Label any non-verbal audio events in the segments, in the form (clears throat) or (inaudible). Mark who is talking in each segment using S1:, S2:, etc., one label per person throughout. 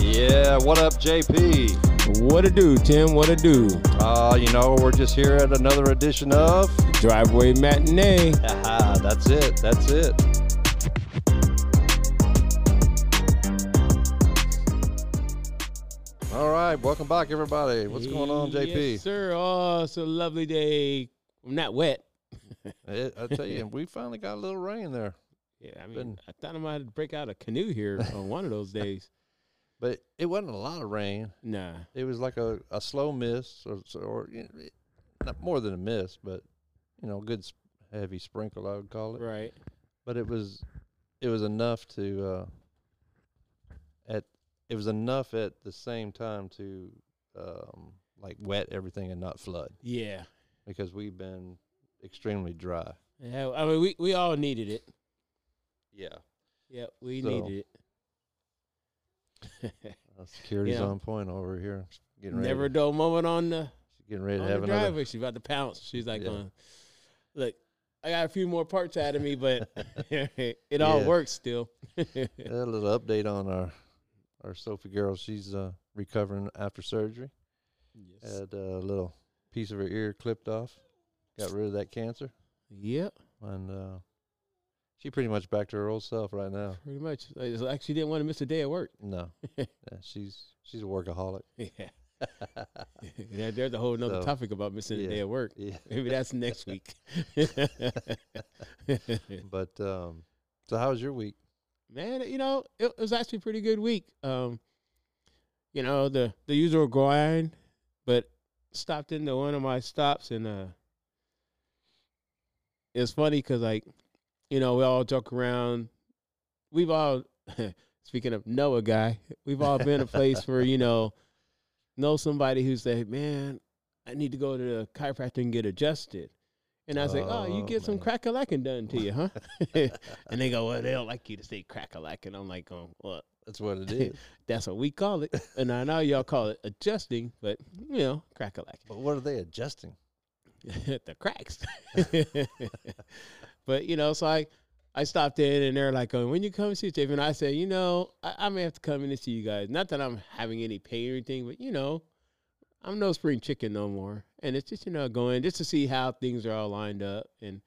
S1: Yeah, what up, JP?
S2: What it do, Tim? What it do?
S1: Uh, you know, we're just here at another edition of.
S2: Driveway matinee.
S1: Haha, that's it. That's it. All right, welcome back, everybody. What's going on, JP?
S2: Yes, sir. Oh, it's a lovely day. I'm not wet.
S1: It- I tell you, we finally got a little rain there,
S2: Yeah, I mean,
S1: Been-
S2: I thought I might break out a canoe
S1: (laughs)
S2: here on one of those days.
S1: but it wasn't a lot of rain.
S2: Nah,
S1: It was like a, a slow miss, or, so- or you know, it- not more than a miss, but you know, good s- heavy sprinkle, I would call it.
S2: right.
S1: but it was it was enough to uh at it was enough at the same time to um like wet everything and not flood
S2: Yeah.
S1: because we've been extremely dry
S2: yeah. I mean, we, we all needed it.
S1: yeah
S2: Yeah, we
S1: So-
S2: needed it.
S1: security's
S2: Yeah.
S1: Uh, on point over here She's getting ready
S2: Never a
S1: to,
S2: dull moment on the,
S1: she's getting ready to
S2: on
S1: have
S2: the
S1: another
S2: driveway. She's about to pounce. She's like,
S1: Yeah.
S2: uh, look, I got a few more parts out of me,
S1: (laughs)
S2: but (laughs) it all
S1: Yeah. Uh,
S2: works still. (laughs)
S1: a little update on our our sophie girl she's uh recovering after surgery
S2: Yes.
S1: had uh, a little piece of her ear clipped off got rid of that cancer
S2: Yep.
S1: and uh she pretty much back to her old self right now
S2: Pretty much. I just actually didn't want to miss a day
S1: (laughs)
S2: at work. (laughs)
S1: No, yeah, she's she's a workaholic.
S2: Yeah. yeah there's a whole nother
S1: So,
S2: topic about missing
S1: yeah.
S2: a day at work.
S1: Yeah,
S2: (laughs) Maybe that's next week.
S1: (laughs)
S2: (laughs)
S1: but um, so how was your week?
S2: Man, you know, it, it was actually a pretty good week. Um, you know, the the usual grind, but stopped into one of my stops and uh it's funny because like, you know, we all joke around. We've all (laughs) speaking of know a guy, we've all been a place where, you know, know somebody who said, Man, I need to go to the chiropractor and get adjusted. And I was like, Oh, you
S1: Oh,
S2: get some
S1: man.
S2: crack a lacking done to you, huh? (laughs) and they go, Well, they don't like you to say crack a lack and I'm like, Oh, well,
S1: That's what it is.
S2: that's what we call it. And I know y'all call it adjusting, but you know, crack a
S1: (laughs) but what are they adjusting?
S2: lack. (laughs) the cracks. (laughs) but you know, so I I stopped in and they're like, oh, when you come see Jeff, and I said, you know, I, I may have to come in and see you guys. Not that I'm having any pain or anything, but you know, I'm no spring chicken no more. And it's just, you know, going just to see how things are all lined up. And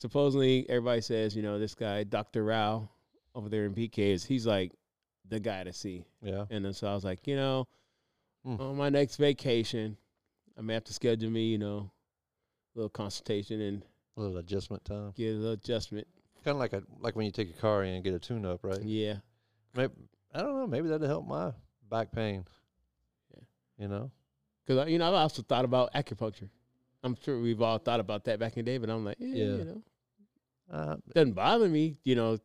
S2: supposedly everybody says, you know, this guy, Dr. Rao over there in PK is he's like the guy to see.
S1: Yeah,
S2: And then so I was like, you know,
S1: Hmm.
S2: on my next vacation, I may have to schedule me, you know, a little consultation and
S1: a little adjustment time.
S2: get a little adjustment.
S1: Kind of like a like when you take a car in and get a tune up, right?
S2: Yeah.
S1: Maybe, I don't know. Maybe that'll help my back pain.
S2: Yeah.
S1: You know,
S2: Because, you know, I've also thought about acupuncture. I'm sure we've all thought about that back in the day, but I'm like, eh,
S1: Yeah.
S2: you know,
S1: uh,
S2: doesn't bother me. You know,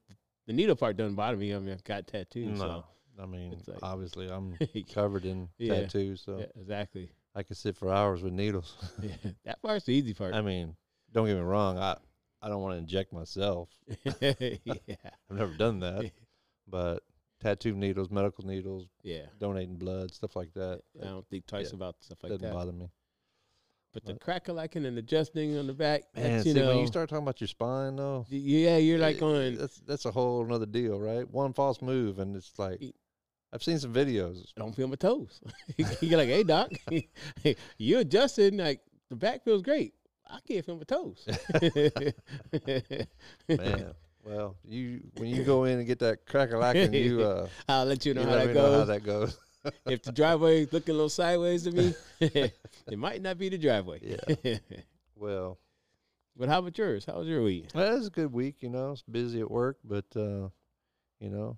S2: the needle part doesn't bother me. I mean, I've got tattoos.
S1: no. I mean,
S2: it's like-
S1: obviously,
S2: (laughs)
S1: I'm
S2: So.
S1: covered in
S2: Yeah.
S1: tattoos, so
S2: Yeah, exactly. (laughs)
S1: I could sit for hours with needles. (laughs)
S2: Yeah. That part's the easy part.
S1: I mean, don't get me wrong. I I don't want to inject myself.
S2: (laughs) yeah.
S1: I've never done that,
S2: (laughs) Yeah.
S1: but tattoo needles, medical needles,
S2: Yeah.
S1: donating blood, stuff like that.
S2: I
S1: It
S2: don't think twice
S1: yeah.
S2: about stuff like
S1: doesn't
S2: that.
S1: bother me.
S2: But the crack-a-lacking and adjusting on the back,
S1: Man,
S2: that's, you
S1: see,
S2: know,
S1: when you start talking about your spine, though,
S2: Y- Yeah, you're like
S1: it-
S2: on.
S1: that's that's a whole another deal, right? One false move, and it's like
S2: Y-
S1: I've seen some videos.
S2: I E (laughs) don't feel my toes. you're like, hey doc, (laughs) you adjusted. and, Like the back feels great. I can't feel my toes.
S1: (laughs)
S2: (laughs)
S1: Man, well, you when you
S2: (laughs)
S1: go in and get that crack a lacking, you uh,
S2: I'll let you
S1: you
S2: know
S1: let
S2: how
S1: me
S2: that
S1: know how
S2: goes.
S1: that goes.
S2: (laughs) if the driveway's looking a little sideways to me, (laughs) it might not be the driveway.
S1: Well,
S2: (laughs) but how about yours? How was your week? (laughs)
S1: that was a good week. You know, it's busy at work, but uh, you know,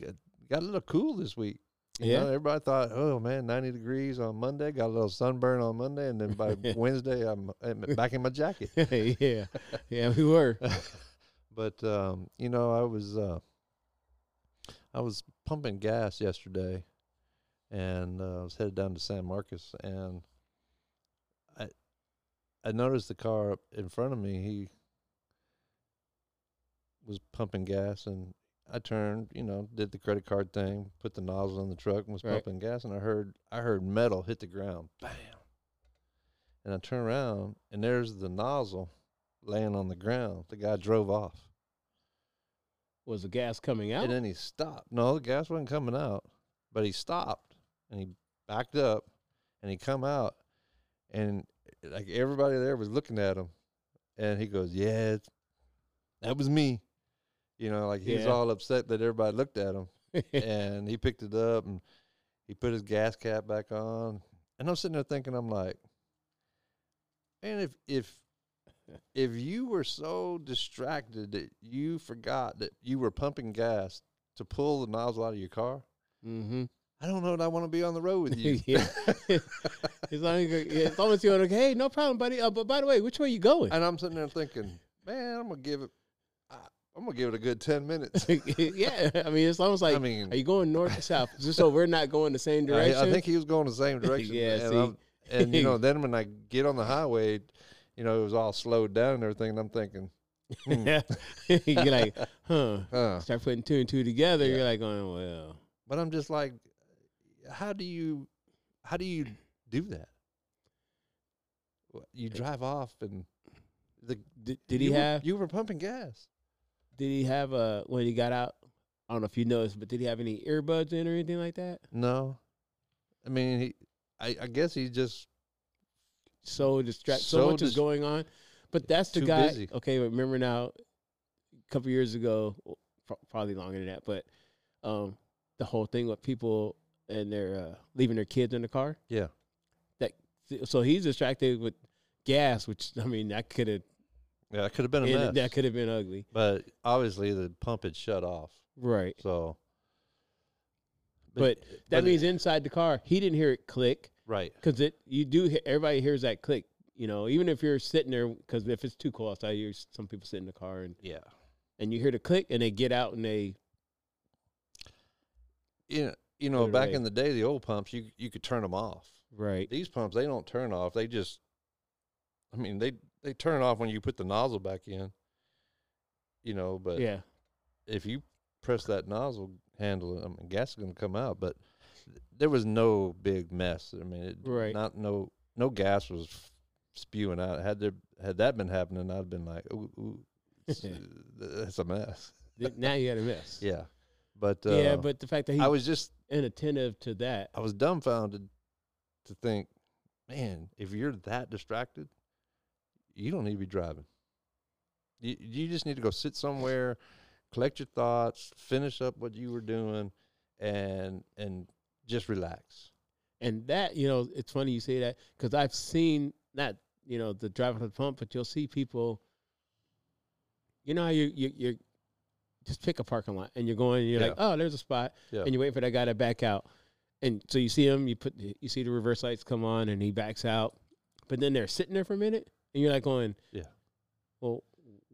S1: got, got a little cool this week. You
S2: Yeah.
S1: know, everybody thought, oh man, 90 degrees on Monday, got a little sunburn on Monday, and then by Wednesday, I'm, I'm back in my jacket.
S2: yeah, yeah, we were.
S1: But um, you know, I was uh, I was pumping gas yesterday, and uh, I was headed down to San Marcos, and I I noticed the car up in front of me. He was pumping gas, and I turned, you know, did the credit card thing, put the nozzle on the truck, and was
S2: Right.
S1: pumping gas, and I heard I heard metal hit the ground, bam, and I turned around, and there's the nozzle laying on the ground. The guy drove off.
S2: Was the gas coming out?
S1: And then he stopped. No, the gas wasn't coming out. But he stopped and he backed up and he come out and like everybody there was looking at him and he goes, Yeah, it's- that was me. You know, like he was
S2: Yeah.
S1: all upset that everybody looked at him. (laughs) and he picked it up and he put his gas cap back on. And I'm sitting there thinking, I'm like, man, if
S2: (laughs)
S1: if if you were so distracted that you forgot that you were pumping gas to pull the nozzle out of your car,
S2: (laughs) mm-hmm.
S1: I don't know that I want to be on the road
S2: (laughs)
S1: with you.
S2: yeah. (laughs) as long as you're, yeah, as long as you're like, hey, no problem, buddy. Uh, but by the way, which way you going?
S1: and I'm sitting there thinking, man, I'm gonna give it, I, I'm gonna give it a good ten minutes.
S2: yeah, I mean, it's almost (laughs) like,
S1: I mean,
S2: are you going north to south? Just so we're not going the
S1: (laughs)
S2: same
S1: I-
S2: direction.
S1: I, think he was going the
S2: (laughs)
S1: same direction.
S2: Yeah,
S1: and,
S2: see.
S1: I'm- and
S2: (laughs)
S1: you know, then when I get on the highway, you know, it was all slowed down and everything. And I'm thinking, hmm,
S2: (laughs)
S1: (laughs)
S2: you're like, huh?
S1: huh.
S2: Start putting two and two together.
S1: Yeah.
S2: You're like, going, well,
S1: But I'm just like, how do you, how do you do that? Wh- You drive off and the
S2: did, Eh. did
S1: you
S2: he
S1: were-
S2: have?
S1: you were pumping gas?
S2: Did he have uh when he got out? I don't know if you noticed, but did he have any earbuds in or anything like that?
S1: No, I mean, he, I, I guess he just
S2: So distract, so,
S1: So
S2: much is
S1: dis-
S2: going on. But that's the
S1: Too
S2: guy.
S1: busy.
S2: Okay, but remember now, a couple years ago, w- pro- probably longer than that, but um, the whole thing with people and they're uh, leaving their kids in the car.
S1: Yeah.
S2: That so he's distracted with gas, which I mean that could have
S1: yeah, it could have been a mess.
S2: that could have been ugly,
S1: but obviously the pump had shut off,
S2: right?
S1: so.
S2: But that
S1: but it-
S2: means inside the car, he didn't hear it click.
S1: right.
S2: because it you do he- everybody hears that click you know even if you're sitting there because if it's too cold outside you hear some people sit in the car and,
S1: Yeah.
S2: and you hear the click and they get out and they
S1: you know, you know back
S2: Right.
S1: in the day, the old pumps, you you could turn them off.
S2: right
S1: These pumps, they don't turn off. They just, I mean, they they turn off when you put the nozzle back in. You know, but
S2: yeah
S1: if you press that nozzle handle, I mean, gas is going to come out. But there was no big mess. I mean, it,
S2: Right.
S1: Not no no gas was spewing out. Had there had that been happening, I'd have been like, ooh, ooh
S2: (laughs)
S1: it's, uh, that's a mess.
S2: Th- now you got a mess
S1: Yeah, but uh,
S2: yeah but the fact that he's
S1: I was just
S2: inattentive to that
S1: I was dumbfounded to think, man, if you're that distracted, you don't need to be driving. You you just need to go sit somewhere, collect your thoughts, finish up what you were doing, and and just relax.
S2: and that you know it's funny you say that because i've seen not you know the driver to the pump but you'll see people you know how you you you're just pick a parking lot and you're going and you're like oh there's a spot
S1: Yeah.
S2: and you wait for that guy to back out and so you see him you put you see the reverse lights come on and he backs out but then they're sitting there for a minute and you're like going
S1: Yeah.
S2: well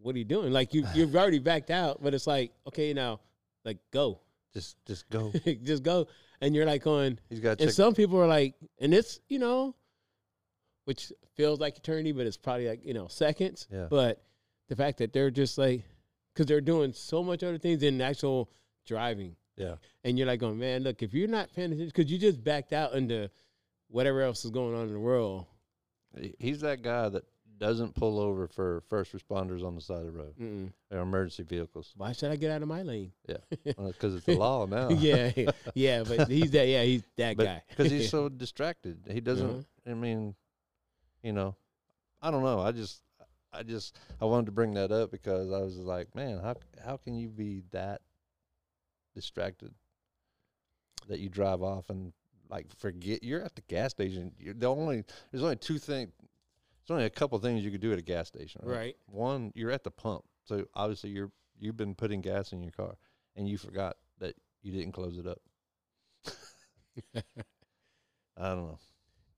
S2: what are you doing like you you've already backed out but it's like okay now like go (laughs)
S1: Just just go.
S2: just go and you're like going
S1: He's got to
S2: and
S1: check.
S2: some people are like, and it's you know, which feels like eternity, but it's probably like you know seconds.
S1: Yeah.
S2: But the fact that they're just like, because they're doing so much other things than actual driving,
S1: yeah,
S2: and you're like, going, man, look, if you're not paying attention, because you just backed out into whatever else is going on in the world.
S1: He- he's that guy that doesn't pull over for first responders on the side of the road
S2: Mm-mm.
S1: or emergency vehicles
S2: Why should I get out of my lane?
S1: because it's the law now.
S2: (laughs) yeah, yeah, but he's that. Yeah, he's that guy.
S1: because
S2: (laughs)
S1: he's so distracted. He doesn't.
S2: Uh-huh.
S1: I mean, you know, I don't know. I just, I just, I wanted to bring that up because I was just like, man, how how can you be that distracted that you drive off and like forget you're at the gas station. You're the only there's only two things. There's only a couple things you could do at a gas station. Right.
S2: right.
S1: One, you're at the pump, so obviously you're you've been putting gas in your car, and you forgot that you didn't close it up. (laughs) I don't know.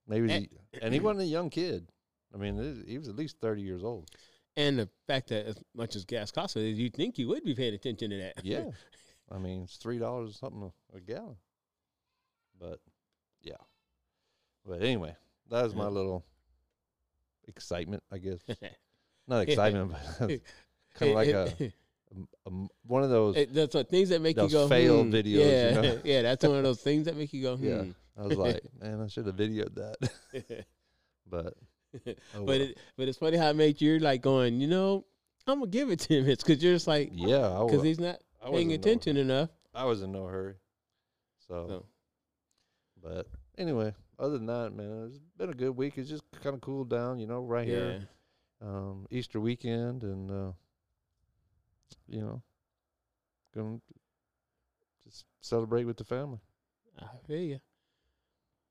S1: Maybe,
S2: Eh.
S1: and, and he wasn't a young kid. I mean, this- he was at least thirty years old.
S2: (laughs) And the fact that as much as gas costs, you think you would be paying attention to that.
S1: Yeah,
S2: (laughs)
S1: I mean, it's three dollars something a, a gallon. But yeah, but anyway, that
S2: (laughs)
S1: was my
S2: Yeah.
S1: little excitement, I
S2: (laughs)
S1: guess. Not excitement, but (laughs) kind of
S2: It-
S1: like
S2: it-
S1: a,
S2: (laughs)
S1: a m- one of those.
S2: It, that's what things that make
S1: Those
S2: you go
S1: fail
S2: hmm,
S1: videos, you
S2: Yeah,
S1: know?
S2: (laughs) yeah, that's one of those things that make you go. Hmm. (laughs)
S1: Yeah. I was like, man, I should have videoed that. (laughs)
S2: (laughs)
S1: but
S2: but
S1: oh well.
S2: it, but it's funny how it made you like going. You know, I'm gonna give it to him. (laughs) It's because you're just like
S1: yeah, I
S2: because
S1: was,
S2: he's not
S1: I
S2: paying
S1: wasn't no-
S2: attention enough.
S1: I was in no hurry. So,
S2: So
S1: But anyway, other than that, man, it's been a good week. It's just kind of cooled down, you know, right
S2: yeah.
S1: here, um, Easter weekend, and uh, you know, gonna just celebrate with the family.
S2: I feel you.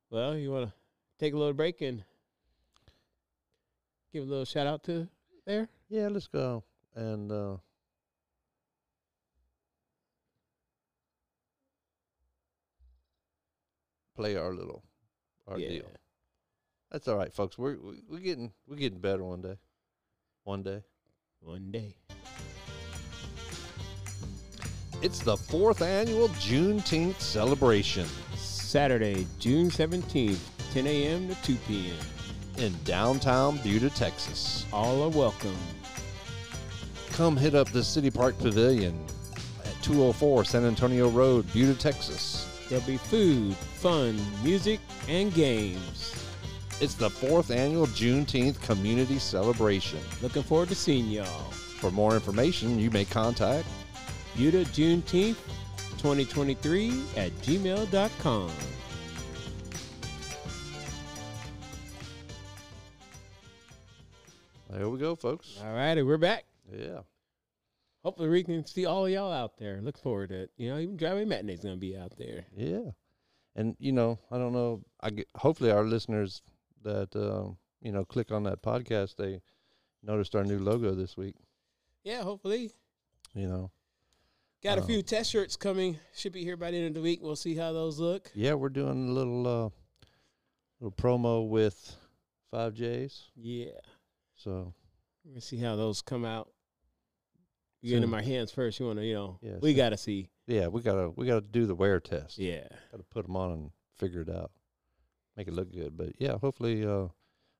S2: Well, you want to take a little break and give a little shout out to there?
S1: Yeah, let's go. And uh, play our little our
S2: yeah.
S1: deal. That's all right, folks. We're we- we're getting we're getting better one day. One day.
S2: One day.
S1: It's the fourth annual Juneteenth celebration
S2: Saturday, June 17th, 10 a.m. to 2 p.m.
S1: in downtown Buda, Texas.
S2: All are welcome.
S1: Come hit up the City Park Pavilion at 204 San Antonio Road, Buda, Texas.
S2: There'll be food, fun, music, and games.
S1: It's the fourth annual Juneteenth community celebration.
S2: Looking forward to seeing y'all.
S1: For more information, you may contact
S2: Buta Juneteenth 2023 at gmail.com.
S1: There we go, folks.
S2: All righty, we're back.
S1: Yeah.
S2: Hopefully, we can see all of y'all out there. Look forward to it. You know, even Driving Matinee's going to be out there.
S1: Yeah. And, you know, I don't know. I g- hopefully our listeners that, um, you know, click on that podcast, they noticed our new logo this week,
S2: Yeah, hopefully.
S1: you know.
S2: Got a
S1: Um,
S2: few test shirts coming. Should be here by the end of the week. We'll see how those look.
S1: Yeah, we're doing a little, uh, little promo with 5Js.
S2: Yeah.
S1: So,
S2: We're going to see how those come out. You get in
S1: Soon.
S2: my hands first. You want to, you know,
S1: Yeah,
S2: we
S1: soon.
S2: got to see.
S1: yeah, we got to we got to do the wear test.
S2: Yeah.
S1: got to put them on and figure it out, make it look good. But yeah, hopefully, uh,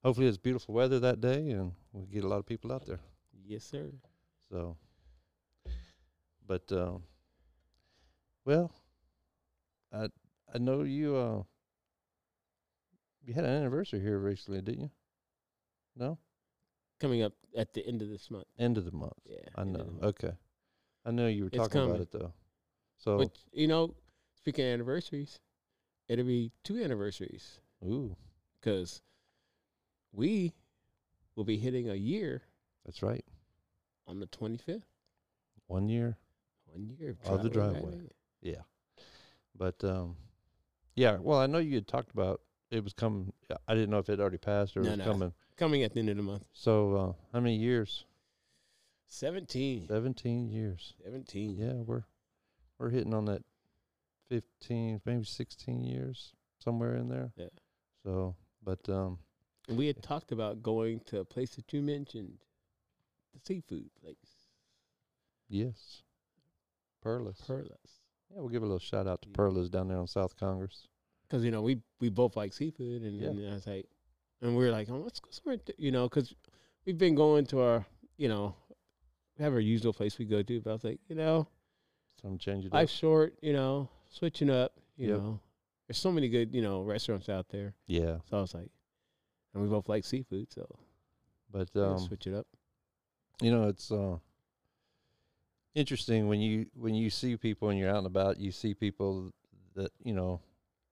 S1: hopefully it's beautiful weather that day, and we get a lot of people out there.
S2: Yes, sir.
S1: So, but um, well, I I know you uh, you had an anniversary here recently, didn't you? No,
S2: Coming up at the end of this month.
S1: end of the month.
S2: Yeah.
S1: I
S2: end of
S1: know.
S2: the month.
S1: Okay, I know you were
S2: It's
S1: talking about
S2: coming.
S1: it though. So,
S2: But you know, speaking of anniversaries, it'll be two anniversaries
S1: ooh,
S2: because we will be hitting a year
S1: that's right.
S2: on the 25th.
S1: One year.
S2: One year of,
S1: Of the
S2: Driveway
S1: driveway.
S2: Magazine.
S1: Yeah. But um yeah, well I know you had talked about it was coming I didn't know if it had already passed or
S2: No,
S1: it was
S2: no.
S1: coming.
S2: Coming at the end of the month.
S1: So uh how many years?
S2: 17.
S1: Seventeen years.
S2: 17.
S1: Yeah, we're we're hitting on that fifteen, maybe sixteen years, somewhere in there.
S2: Yeah.
S1: So but um
S2: And we had talked about going to a place that you mentioned, the seafood place,
S1: yes. Perlis.
S2: Perlas.
S1: yeah, we'll give a little shout out to
S2: Yeah.
S1: Perlis down there on South Congress.
S2: Because, you know, we, we both like seafood. And,
S1: Yeah.
S2: and I was like, and we were like, oh, let's go somewhere, to, you know, because we've been going to our, you know, we have our usual place we go to. But I was like, you know,
S1: So I'm changing it up.
S2: life's short, you know, switching up, you
S1: Yep.
S2: know. There's so many good, you know, restaurants out there.
S1: Yeah.
S2: So I was like, and we both like seafood, so
S1: But
S2: we'll
S1: um
S2: switch it up.
S1: you know it's uh interesting when you when you see people and you're out and about you see people that you know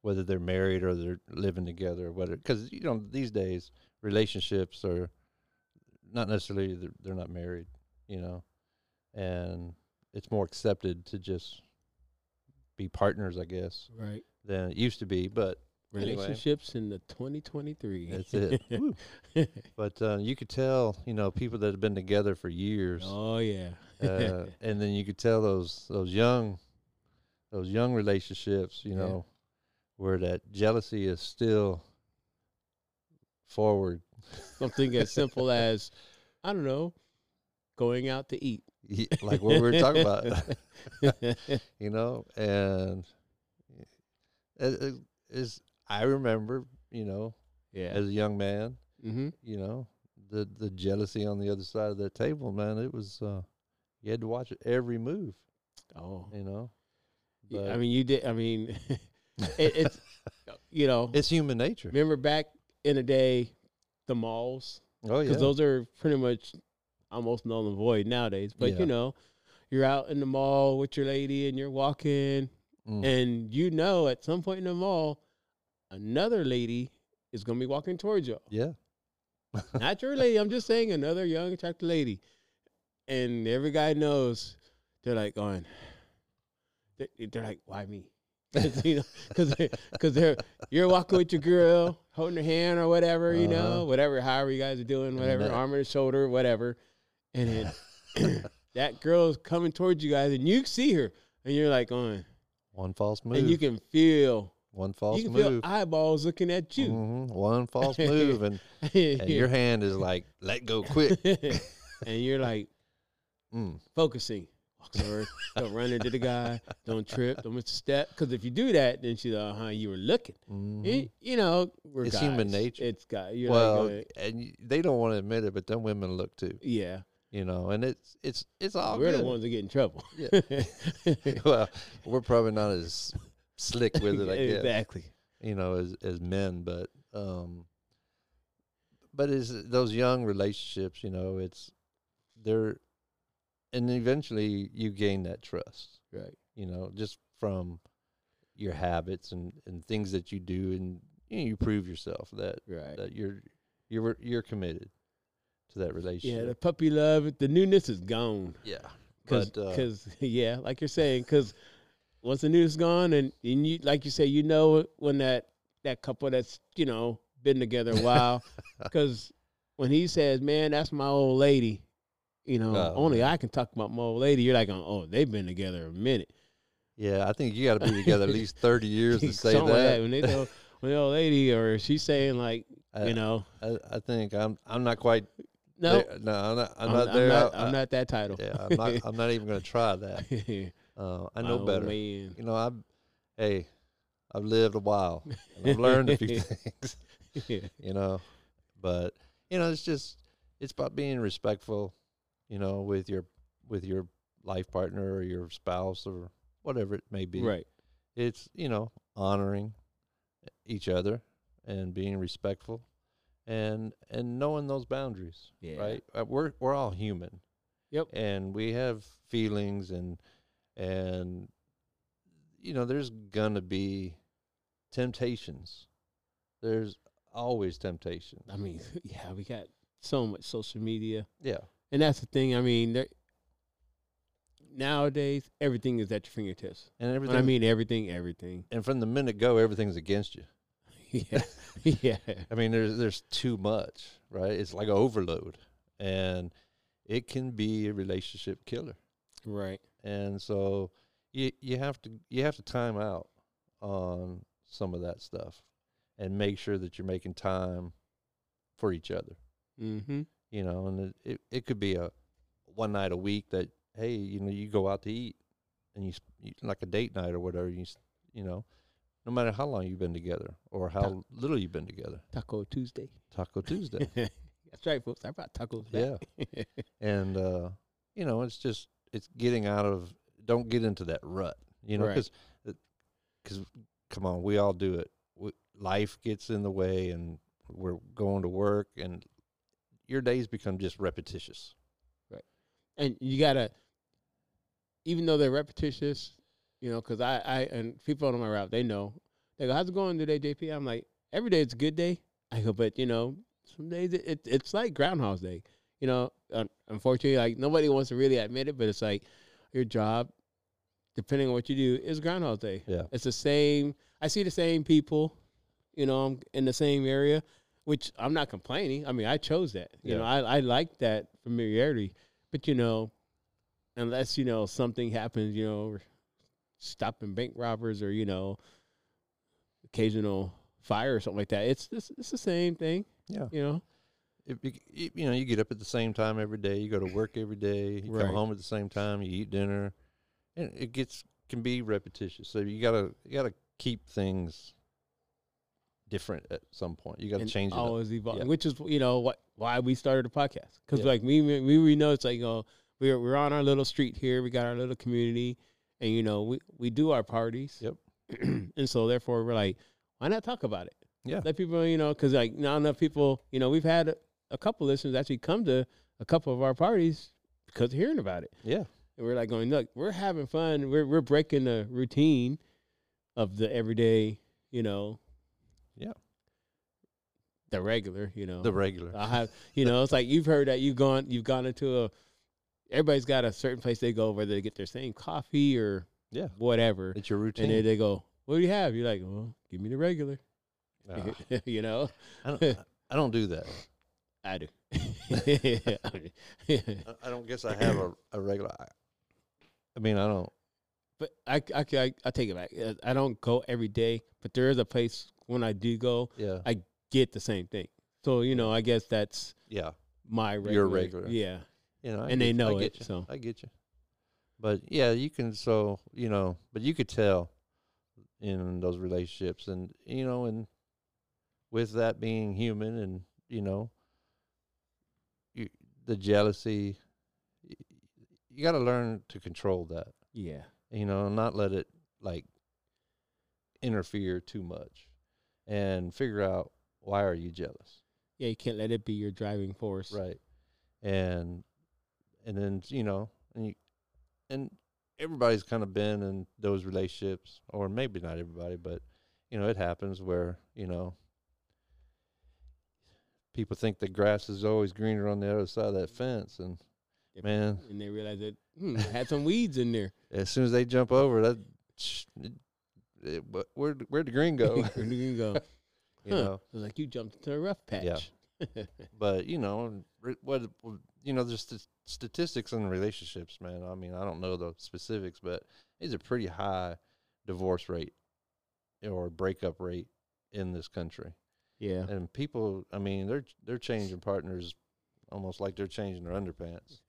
S1: whether they're married or they're living together or whether because you know these days relationships are not necessarily they're, they're not married you know and it's more accepted to just be partners i guess
S2: Right.
S1: than it used to be but Anyway.
S2: Relationships in the 2023.
S1: that's
S2: (laughs)
S1: it Woo. but uh, you could tell you know people that have been together for years
S2: oh yeah.
S1: (laughs) uh, and then you could tell those those young those young relationships, you
S2: Yeah.
S1: know, where that jealousy is still forward.
S2: Something as simple as I don't know, going out to eat.
S1: Ye- like what we were talking about, (laughs) you know, and it, it is I remember, you know,
S2: (laughs) yeah.
S1: as a young man,
S2: hmm
S1: you know, the the jealousy on the other side of that table, man, it was uh you had to watch every move,
S2: Oh.
S1: you know.
S2: Yeah,
S1: But
S2: I mean, you did. I
S1: (laughs)
S2: mean, (laughs) it, it's you know.
S1: it's human nature.
S2: remember back in the day, the malls.
S1: Oh yeah.
S2: because those are pretty much almost null and void nowadays. But
S1: Yeah.
S2: you know, you're out in the mall with your lady and you're walking,
S1: Mm.
S2: and you know at some point in the mall, another lady is going to be walking towards y'all.
S1: Yeah.
S2: Not your lady. I'm just saying another young, attractive lady. And every guy knows they're like going, they- they're like, why me? (laughs) Because you know, cause they, cause they're, you're walking with your girl, holding her hand or whatever, you know,
S1: Uh-huh.
S2: whatever, however you guys are doing,
S1: And
S2: whatever,
S1: that-
S2: arm and shoulder, whatever. And
S1: (laughs)
S2: then that girl's coming towards you guys and you see her and you're like going,
S1: One false move.
S2: and you can feel,
S1: one false
S2: you can
S1: move.
S2: feel eyeballs looking at you.
S1: Mhm, One
S2: (laughs)
S1: false move, and, Uh-huh. and your hand is like, let go
S2: (laughs)
S1: quick. (laughs)
S2: and you're like
S1: Mm.
S2: focusing. Walk
S1: (laughs)
S2: forward, don't run into the guy. Don't trip. Don't miss a step. Because if you do that, then she's like, uh huh, you were looking.
S1: mhm.
S2: You, you know, we're
S1: It's human
S2: guys.
S1: nature.
S2: It's guy. You're
S1: well,
S2: like, uh,
S1: and y- they don't want to admit it, but them women look too,
S2: yeah,
S1: you know. And it's it's it's all
S2: we're
S1: good.
S2: the ones that get in trouble. (laughs)
S1: Yeah. (laughs) well, we're probably not as
S2: (laughs)
S1: slick with it, I guess,
S2: exactly.
S1: you know, as as men, but um, but is those young relationships, you know, it's they're, and eventually you gain that trust,
S2: Right.
S1: you know, just from your habits and and things that you do, and you, know, you prove yourself that
S2: Right.
S1: that you're you're you're committed to that
S2: yeah, the
S1: relationship.
S2: puppy love, the newness is gone.
S1: Yeah,
S2: Cause,
S1: But, uh,
S2: 'cause, (laughs) yeah, like you're saying, because once the news is gone, and, and you, like you say, you know it when that that couple that's you know been together a
S1: (laughs)
S2: while, because when he says, "Man, that's my old lady," you know,
S1: Oh,
S2: only I can talk about my old lady. You're like, "Oh, they've been together a minute."
S1: yeah. I think you got to be together at least thirty years
S2: (laughs)
S1: to say
S2: Something like
S1: that.
S2: when they know when the old lady or she's saying like,
S1: I-
S2: you know,
S1: I, I think I'm I'm not quite
S2: no,
S1: there. no I'm not, I'm
S2: I'm,
S1: not there.
S2: I'm not,
S1: I-
S2: I'm not that title.
S1: yeah, I'm
S2: (laughs)
S1: not I'm not even gonna try that. Uh, I
S2: My
S1: know
S2: old
S1: better.
S2: man. (laughs)
S1: You know, I hey, I've lived a while. And
S2: (laughs)
S1: I've learned a few things. You know, but you know, it's just it's about being respectful. You know, with your with your life partner or your spouse or whatever it may be.
S2: right.
S1: It's you know honoring each other and being respectful and and knowing those boundaries
S2: Yeah.
S1: right? Uh, We're we're all human.
S2: Yep.
S1: And we have feelings and and you know, there's gonna be temptations. There's always temptation.
S2: I mean, (laughs) yeah, we got so much social media,
S1: Yeah.
S2: and that's the thing. I mean, there, nowadays everything is at your fingertips.
S1: And
S2: But
S1: everything
S2: I mean, everything, everything. (laughs)
S1: and from the minute go everything's against you.
S2: Yeah, yeah,
S1: I mean there's there's too much, right? It's like overload. And it can be a relationship killer.
S2: right.
S1: and so you you have to you have to time out on some of that stuff and make sure that you're making time for each other
S2: Mm-hmm.
S1: you know and it it, it could be a one night a week that hey you know you go out to eat and you, sp- you like a date night or whatever you s- you know no matter how long you've been together or how little you've been together
S2: Taco Tuesday. (laughs)
S1: taco (laughs) tuesday
S2: that's right, folks. I brought tacos. Back.
S1: yeah (laughs) and uh, you know it's just it's getting out of don't get into that rut you know
S2: Right.
S1: because come on we all do it we, life gets in the way and we're going to work and your days become just repetitious
S2: and you gotta, even though they're repetitious, you know, because I, I, and people on my route, they know. They go, "How's it going today, JP?" I'm like, every day it's a good day. I go, but you know, some days it, it it's like Groundhog's Day. You know, un- unfortunately, like nobody wants to really admit it, but it's like your job, depending on what you do, is Groundhog's Day.
S1: yeah
S2: It's the same. I see the same people, you know, I'm in the same area, which I'm not complaining. I mean, I chose that. You
S1: Yeah.
S2: know, I, I like that familiarity. But, you know, unless, you know, something happens, you know, stopping bank robbers or, you know, occasional fire or something like that, it's it's, it's the same thing,
S1: yeah
S2: you know?
S1: it, bec- you you know you get up at the same time every day you go to work every day you
S2: Right.
S1: come home at the same time you eat dinner and it gets can be repetitious so you gotta you gotta keep things different at some point you gotta
S2: and
S1: change it up.
S2: always evolving,
S1: Yeah.
S2: which is you know what why we started the podcast because
S1: Yeah.
S2: like we we we know it's like you know, we're we're on our little street here, we got our little community, and you know we we do our parties.
S1: Yep.
S2: (clears throat) and so therefore we're like, why not talk about it?
S1: Yeah.
S2: let people you know because like not enough people you know we've had a, a couple listeners actually come to a couple of our parties because of hearing about it.
S1: yeah
S2: And we're like going, look, we're having fun. We're we're breaking the routine of the everyday, you know, the regular, you know.
S1: The regular.
S2: I have, you know, it's like you've heard that you've gone, you've gone into a. Everybody's got a certain place they go, whether they get their same coffee or
S1: yeah.
S2: whatever,
S1: It's your
S2: and then
S1: routine.
S2: they go, "What do you have?" You're like, "Well, give me the regular,"
S1: Ah,
S2: (laughs) you know.
S1: I don't. I don't do that. (laughs)
S2: I do. (laughs)
S1: I- I don't guess I have a, a regular. I, I mean, I don't.
S2: but I, I, I, I take it back. Uh, I don't go every day, but there is a place when I do go,
S1: Yeah.
S2: I get the same thing. So you know, I guess that's
S1: Yeah.
S2: my regular.
S1: Your regular.
S2: yeah.
S1: You know. I
S2: And they
S1: get you, I
S2: know
S1: get
S2: it,
S1: you,
S2: so.
S1: I get you. But yeah, you can. So you know, but you could tell in those relationships, and you know, and with that being human, and you know, you, the jealousy. y- You got to learn to control that.
S2: Yeah.
S1: you know, and not let it like interfere too much and figure out why are you jealous?
S2: Yeah, you can't let it be your driving force.
S1: Right. And and then, you know, and you and everybody's kind of been in those relationships or maybe not everybody, but you know, it happens where, you know, people think the grass is always greener on the other side of that fence and
S2: Yep.
S1: man,
S2: And they realize that hmm, it had some weeds in there.
S1: as soon as they jump over that sh- it, it, wh- where where'd the green (laughs)
S2: (laughs)
S1: go? (laughs)
S2: Where did you go?
S1: you
S2: Huh.
S1: know.
S2: It's like you jumped into a rough patch.
S1: Yeah. But you know, re- what what- you know, there's st- statistics in relationships, man. I mean, I don't know the specifics, but it's a pretty high divorce rate or breakup rate in this country.
S2: yeah.
S1: And people, I mean, they're they're changing partners almost like they're changing their underpants.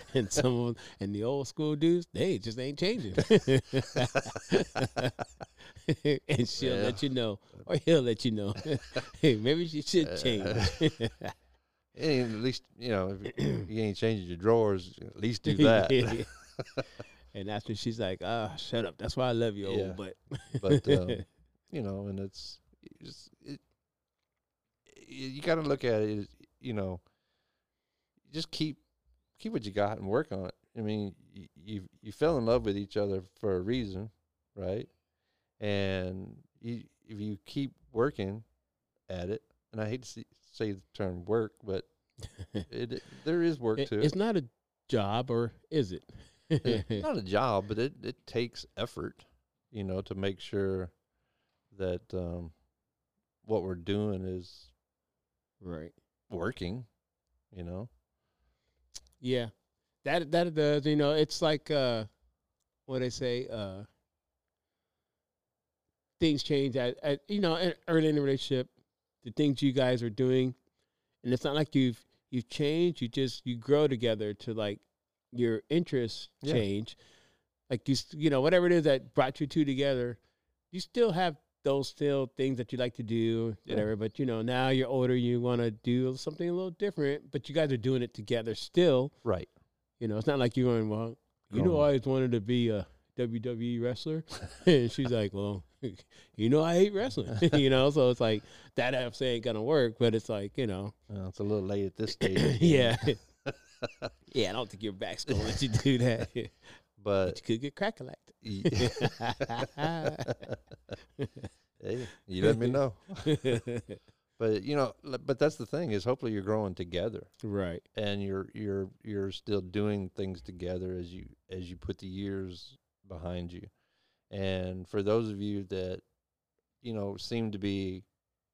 S2: (laughs) and some of them, and the old school dudes, they just ain't changing. (laughs) and she'll
S1: Yeah.
S2: let you know, or he'll let you know. (laughs) hey, maybe she should change.
S1: And at least, you know, if you ain't changing your drawers, at least (laughs)
S2: (laughs)
S1: do that.
S2: and that's when she's like, "Ah, shut up. That's why I love you,
S1: Yeah.
S2: old butt."
S1: But
S2: (laughs)
S1: um, you know, and it's, it's it, y- you got to look at it. as, You know, just keep keep what you got and work on it. I mean, you you, you fell in love with each other for a reason, right? And you, if you keep working at it, and I hate to see, say the term work, but it, it- there is work
S2: It-
S1: to
S2: it's
S1: it.
S2: not a job, or is it?
S1: It's not a job, but it, it takes effort, you know, to make sure that um, what we're doing is
S2: (laughs) right.
S1: working, you know.
S2: Yeah, that that it does. You know, it's like uh, what they say. Uh, things change at, at you know e- early in the relationship. The things you guys are doing, and it's not like you've you've changed. You just you grow together to like your interests
S1: Yeah.
S2: change. Like you s- you know whatever it is that brought you two together, you still have those still things that you like to do
S1: Yeah.
S2: whatever but you know now you're older you want to do something a little different but you guys are doing it together still
S1: Right.
S2: you know, it's not like you're going, well, you know,
S1: Grown.
S2: I always wanted to be a WWE wrestler. (laughs) and she's like, well, (laughs) you know, I hate wrestling, (laughs) you know? So it's like, that I'm saying ain't going to work, but it's like, you know, (laughs)
S1: Uh, it's a little late at this stage. of the game,
S2: yeah. (laughs) yeah, I don't think your back's going to let you do that. (laughs) but
S1: But
S2: you could get crackalacked. (laughs)
S1: y- (laughs) hey, you let me know. But you know, l- but that's the thing is hopefully you're growing together
S2: right.
S1: and you're you're you're still doing things together as you as you put the years behind you. And for those of you that you know seem to be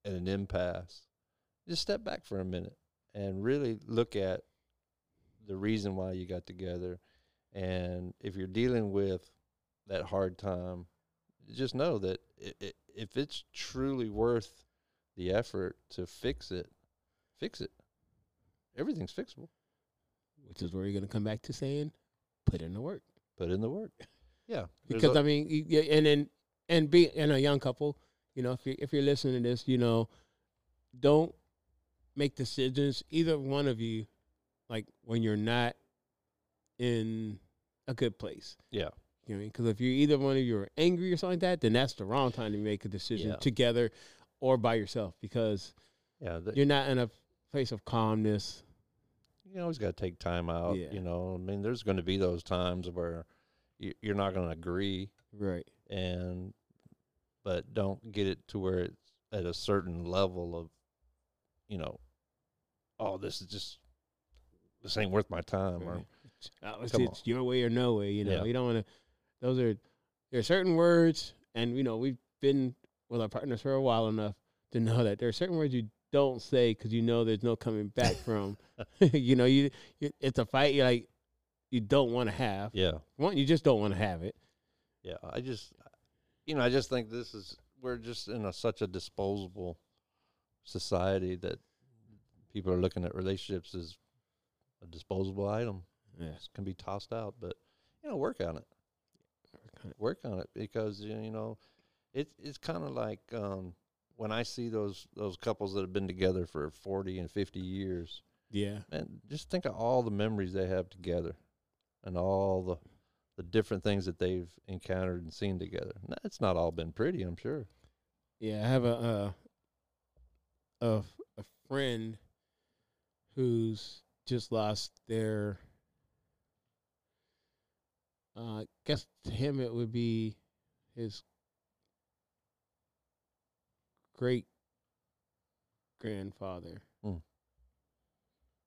S1: at an impasse, just step back for a minute and really look at the reason why you got together. And if you're dealing with that hard time, just know that i i if it's truly worth the effort to fix it, fix it. Everything's fixable.
S2: Which is where you're going to come back to saying, put in the work.
S1: Put in the work. Yeah. there's
S2: because
S1: a-
S2: I mean, y- y- and then and be and a young couple, you know, if you if you're listening to this, you know, don't make decisions either one of you, like when you're not in a good place.
S1: yeah.
S2: You know, because if you're either one of you are angry or something like that, then that's the wrong time to make a decision
S1: Yeah.
S2: together or by yourself because
S1: Yeah. th-
S2: you're not in a place of calmness.
S1: you always got to take time out.
S2: Yeah.
S1: You know, I mean, there's going to be those times where you, you're not going to agree,
S2: Right.
S1: and but don't get it to where it's at a certain level of you know, oh, this is just this ain't worth my time. Or
S2: Right. Uh, it's,
S1: Come
S2: it's your way or no way. You know,
S1: Yeah.
S2: you don't want to. Those are there are certain words, and you know we've been with our partners for a while enough to know that there are certain words you don't say because you know there's no coming back
S1: (laughs)
S2: from. (laughs) you know, you, you it's a fight you like you don't want to have.
S1: yeah,
S2: One, you just don't want to have it.
S1: yeah. I just, you know, I just think this is we're just in a, such a disposable society that people are looking at relationships as a disposable item.
S2: Yeah.
S1: It can be tossed out, but you know, work on it. work on it because you you know it's it's kind of like um, when I see those those couples that have been together for forty and fifty years,
S2: Yeah.
S1: man, just think of all the memories they have together, and all the the different things that they've encountered and seen together. And It's not all been pretty, I'm sure.
S2: Yeah, I have a uh, a f- a friend who's just lost their. Uh, I guess to him it would be his great grandfather.
S1: Mm.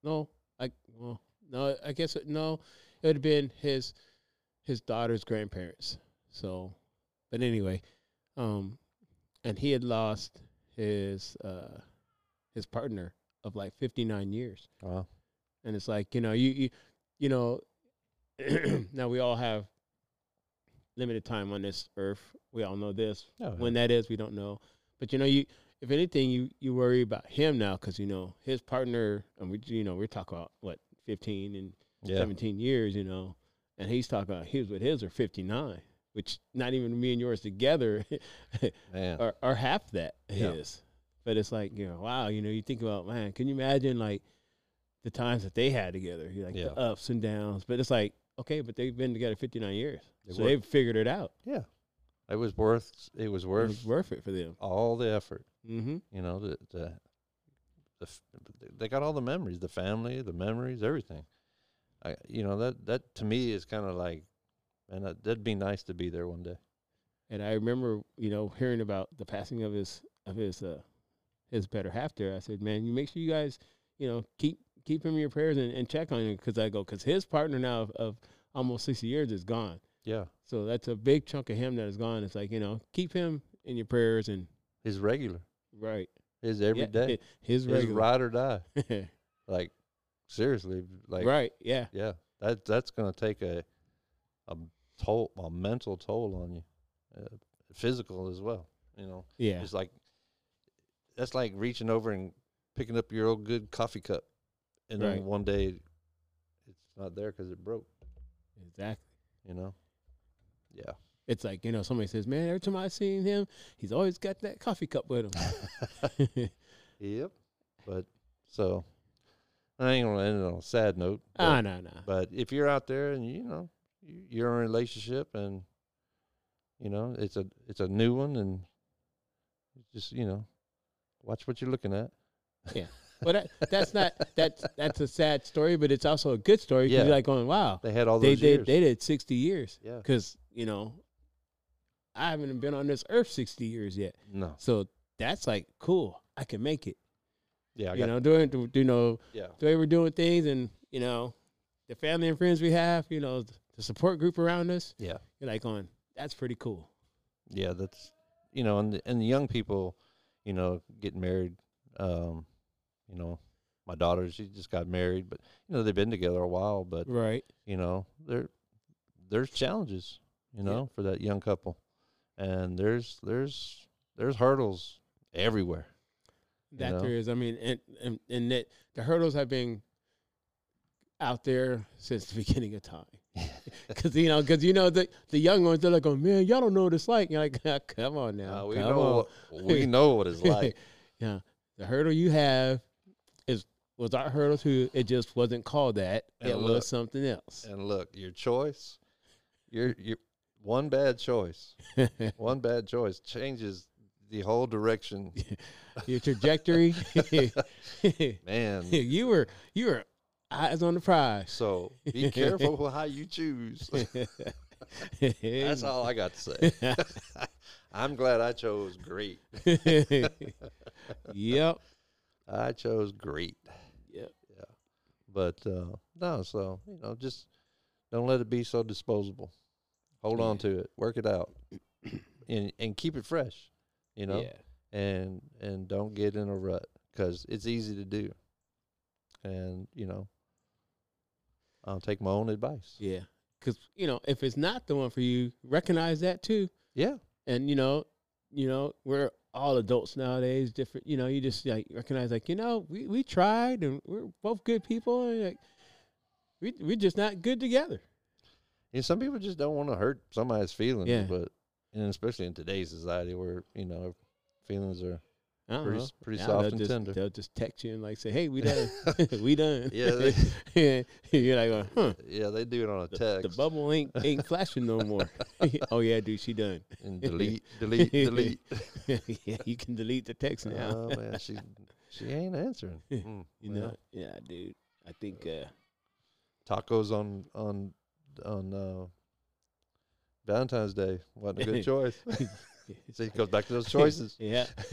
S2: No, I well no, I guess it, no, it would have been his his daughter's grandparents. So, but anyway, um, and he had lost his uh his partner of like 59 years
S1: Wow.
S2: and it's like you know you you, you know (clears throat) now we all have limited time on this earth we all know this
S1: Yeah.
S2: when that is we don't know but you know you if anything you you worry about him now because you know his partner and we you know we're talking about what 15 and
S1: yeah.
S2: 17 years, you know, and he's talking about his with his are 59, which not even me and yours together (laughs)
S1: Man.
S2: are, are half that
S1: Yeah.
S2: his. But it's like, you know, wow, you know, you think about, man, can you imagine like the times that they had together? You like
S1: Yeah.
S2: the ups and downs. But it's like, okay, but they've been together 59 years.
S1: They
S2: so
S1: were.
S2: they've figured it out.
S1: Yeah. It was worth it was
S2: It
S1: worth
S2: was worth it for them.
S1: all the effort.
S2: Mm-hmm.
S1: You know, the, the the f- they got all the memories, the family, the memories, everything. I, you know, that that to me is kind of like, man, that, that'd be nice to be there one day.
S2: And I remember, you know, hearing about the passing of his of his uh his better half there. I said, man, you make sure you guys, you know, keep keep him in your prayers and, and check on him because I go because his partner now of, of almost sixty years is gone.
S1: Yeah,
S2: So that's a big chunk of him that is gone. It's like you know, keep him in your prayers and
S1: his regular,
S2: right
S1: his every
S2: Yeah,
S1: day,
S2: hi- His
S1: his
S2: regular,
S1: ride or die.
S2: (laughs) right.
S1: Like seriously, like
S2: yeah,
S1: yeah, that that's gonna take a a toll, a mental toll on you, uh, physical as well. You know,
S2: yeah,
S1: It's like that's like reaching over and picking up your old good coffee cup, and
S2: Right.
S1: then one day it's not there because it broke.
S2: exactly.
S1: You know? Yeah.
S2: It's like you know, somebody says, man, every time I seen him, he's always got that coffee cup with
S1: (laughs)
S2: him. (laughs)
S1: Yep. But so I ain't gonna end it on a sad note. But,
S2: ah, no, no,
S1: but if you're out there and you know you- you're in a relationship and you know it's a it's a new one and just you know watch what you're looking at.
S2: Well, that, that's not that's that's a sad story, but it's also a good story because
S1: Yeah.
S2: you're like going, wow,
S1: They had all
S2: they
S1: those
S2: did
S1: years.
S2: they did sixty years
S1: yeah.
S2: because you know I haven't been on this earth sixty years yet,
S1: No.
S2: so that's like cool. I can make it.
S1: Yeah. I
S2: you
S1: got,
S2: know, doing do- you know
S1: Yeah.
S2: the way we're doing things, and you know the family and friends we have, you know the support group around us.
S1: Yeah.
S2: You're like going, that's pretty cool.
S1: yeah that's you know and the, and the young people you know getting married um you know my daughter she just got married but you know they've been together a while but
S2: Right.
S1: you know there there's challenges you
S2: Yeah.
S1: know for that young couple and there's there's there's hurdles everywhere you
S2: That
S1: know?
S2: there is. I mean, and and, and that the hurdles have been out there since the (laughs) beginning of
S1: (laughs)
S2: time. Because you know, because you know the the young ones, they're like, "Oh man, y'all don't know what it's like." You're like, (laughs) "Ah, "Come on
S1: Uh,
S2: now,
S1: we
S2: come
S1: know what, we know what it's
S2: on."
S1: like
S2: (laughs) yeah, the hurdle you have is was our hurdle too. It just wasn't called that.
S1: And
S2: it
S1: look.
S2: was something else.
S1: and look your choice your your one bad choice one bad choice changes the whole
S2: (laughs)
S1: direction
S2: Your trajectory, (laughs)
S1: man
S2: you were you were eyes on the prize.
S1: So
S2: (laughs)
S1: be careful with how you choose. That's
S2: (laughs)
S1: all I got to say. (laughs) I'm glad I chose great.
S2: yep.
S1: I chose great.
S2: Yeah.
S1: Yeah. But uh, no, so you know, just don't let it be so disposable. Hold on to it. Work it
S2: (coughs)
S1: out, and and keep it fresh. You know,
S2: Yeah.
S1: and and don't get in a rut because it's easy to do. And you know, I'll take my own advice.
S2: Yeah. Because, you know, if it's not the one for you, recognize that too.
S1: Yeah.
S2: And, you know, you know, we're all adults nowadays, different, you know, you just like recognize like, you know, we, we tried and we're both good people and like we we're just not good together.
S1: You know, some people just don't want to hurt somebody's feelings,
S2: Yeah.
S1: but and especially in today's society where you know feelings are
S2: I don't
S1: pretty
S2: know.
S1: s- pretty
S2: Now
S1: soft
S2: they'll
S1: and
S2: just,
S1: tender.
S2: They'll just text you and like say,
S1: (laughs)
S2: Hey, we done. (laughs) we done.
S1: Yeah, they-
S2: yeah. (laughs) You're like, going, huh.
S1: Yeah, they do it on a
S2: The,
S1: text
S2: the bubble ain't ain't flashing
S1: (laughs)
S2: no more. (laughs) oh yeah, dude, she done. (laughs)
S1: and delete, (laughs) delete, delete.
S2: yeah, you can delete the text now.
S1: Oh man, she she ain't
S2: (laughs)
S1: answering. Mm,
S2: You
S1: well,
S2: know, yeah, dude. I think uh, (laughs)
S1: tacos on on on uh, Valentine's Day wasn't a good
S2: (laughs)
S1: choice. so he goes back to those choices,
S2: yeah, (laughs)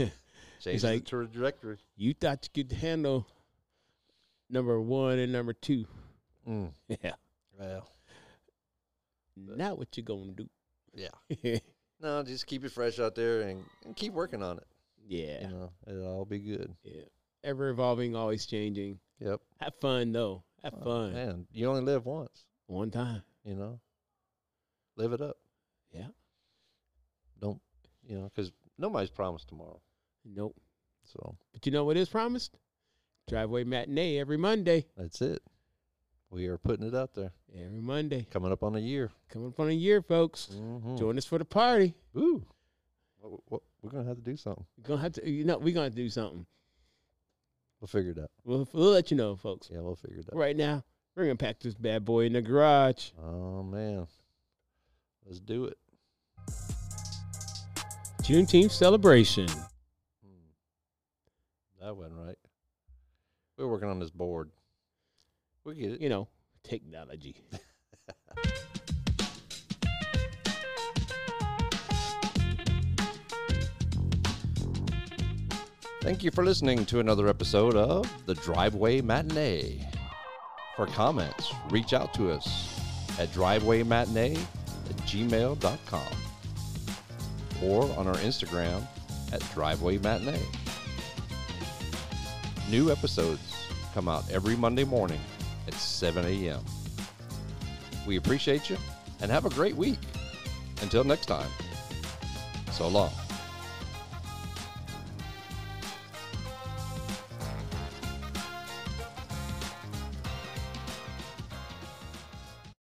S1: changes
S2: like-
S1: the trajectory.
S2: you thought you could handle number one and number two. (laughs)
S1: Mm.
S2: Yeah,
S1: Well,
S2: not what you gonna do.
S1: yeah.
S2: (laughs) yeah,
S1: No, just keep it fresh out there and, and keep working on it.
S2: yeah.
S1: You know, it'll all be good.
S2: Ever evolving, always changing.
S1: Yep.
S2: Have fun though. Have
S1: Oh,
S2: fun
S1: Man, you only live once.
S2: one time.
S1: You know, live it up.
S2: Yeah.
S1: Don't you know? Because nobody's promised tomorrow.
S2: Nope.
S1: So
S2: But you know what is promised? Driveway matinee every Monday.
S1: that's it. We are putting it out there.
S2: Every Monday.
S1: Coming up on a year.
S2: Coming up on a year, folks.
S1: Mm-hmm.
S2: Join us for the party.
S1: Ooh. What, what, we're gonna have to do something.
S2: We're gonna have to. You know, we're gonna do something.
S1: We'll figure it out.
S2: We'll, we'll let you know, folks.
S1: Yeah, we'll figure it out.
S2: Right now, we're gonna pack this bad boy in the garage.
S1: Oh man, let's do it.
S2: Juneteenth celebration.
S1: Hmm. That wasn't right. We're working on this board. We get it.
S2: You know, technology.
S1: Thank you for listening to another episode of The Driveway Matinee. For comments, reach out to us at drivewaymatinee at gmail.com or on our Instagram at Driveway Matinee. New episodes come out every Monday morning at 7 a.m. We appreciate you and have a great week. Until next time, so long.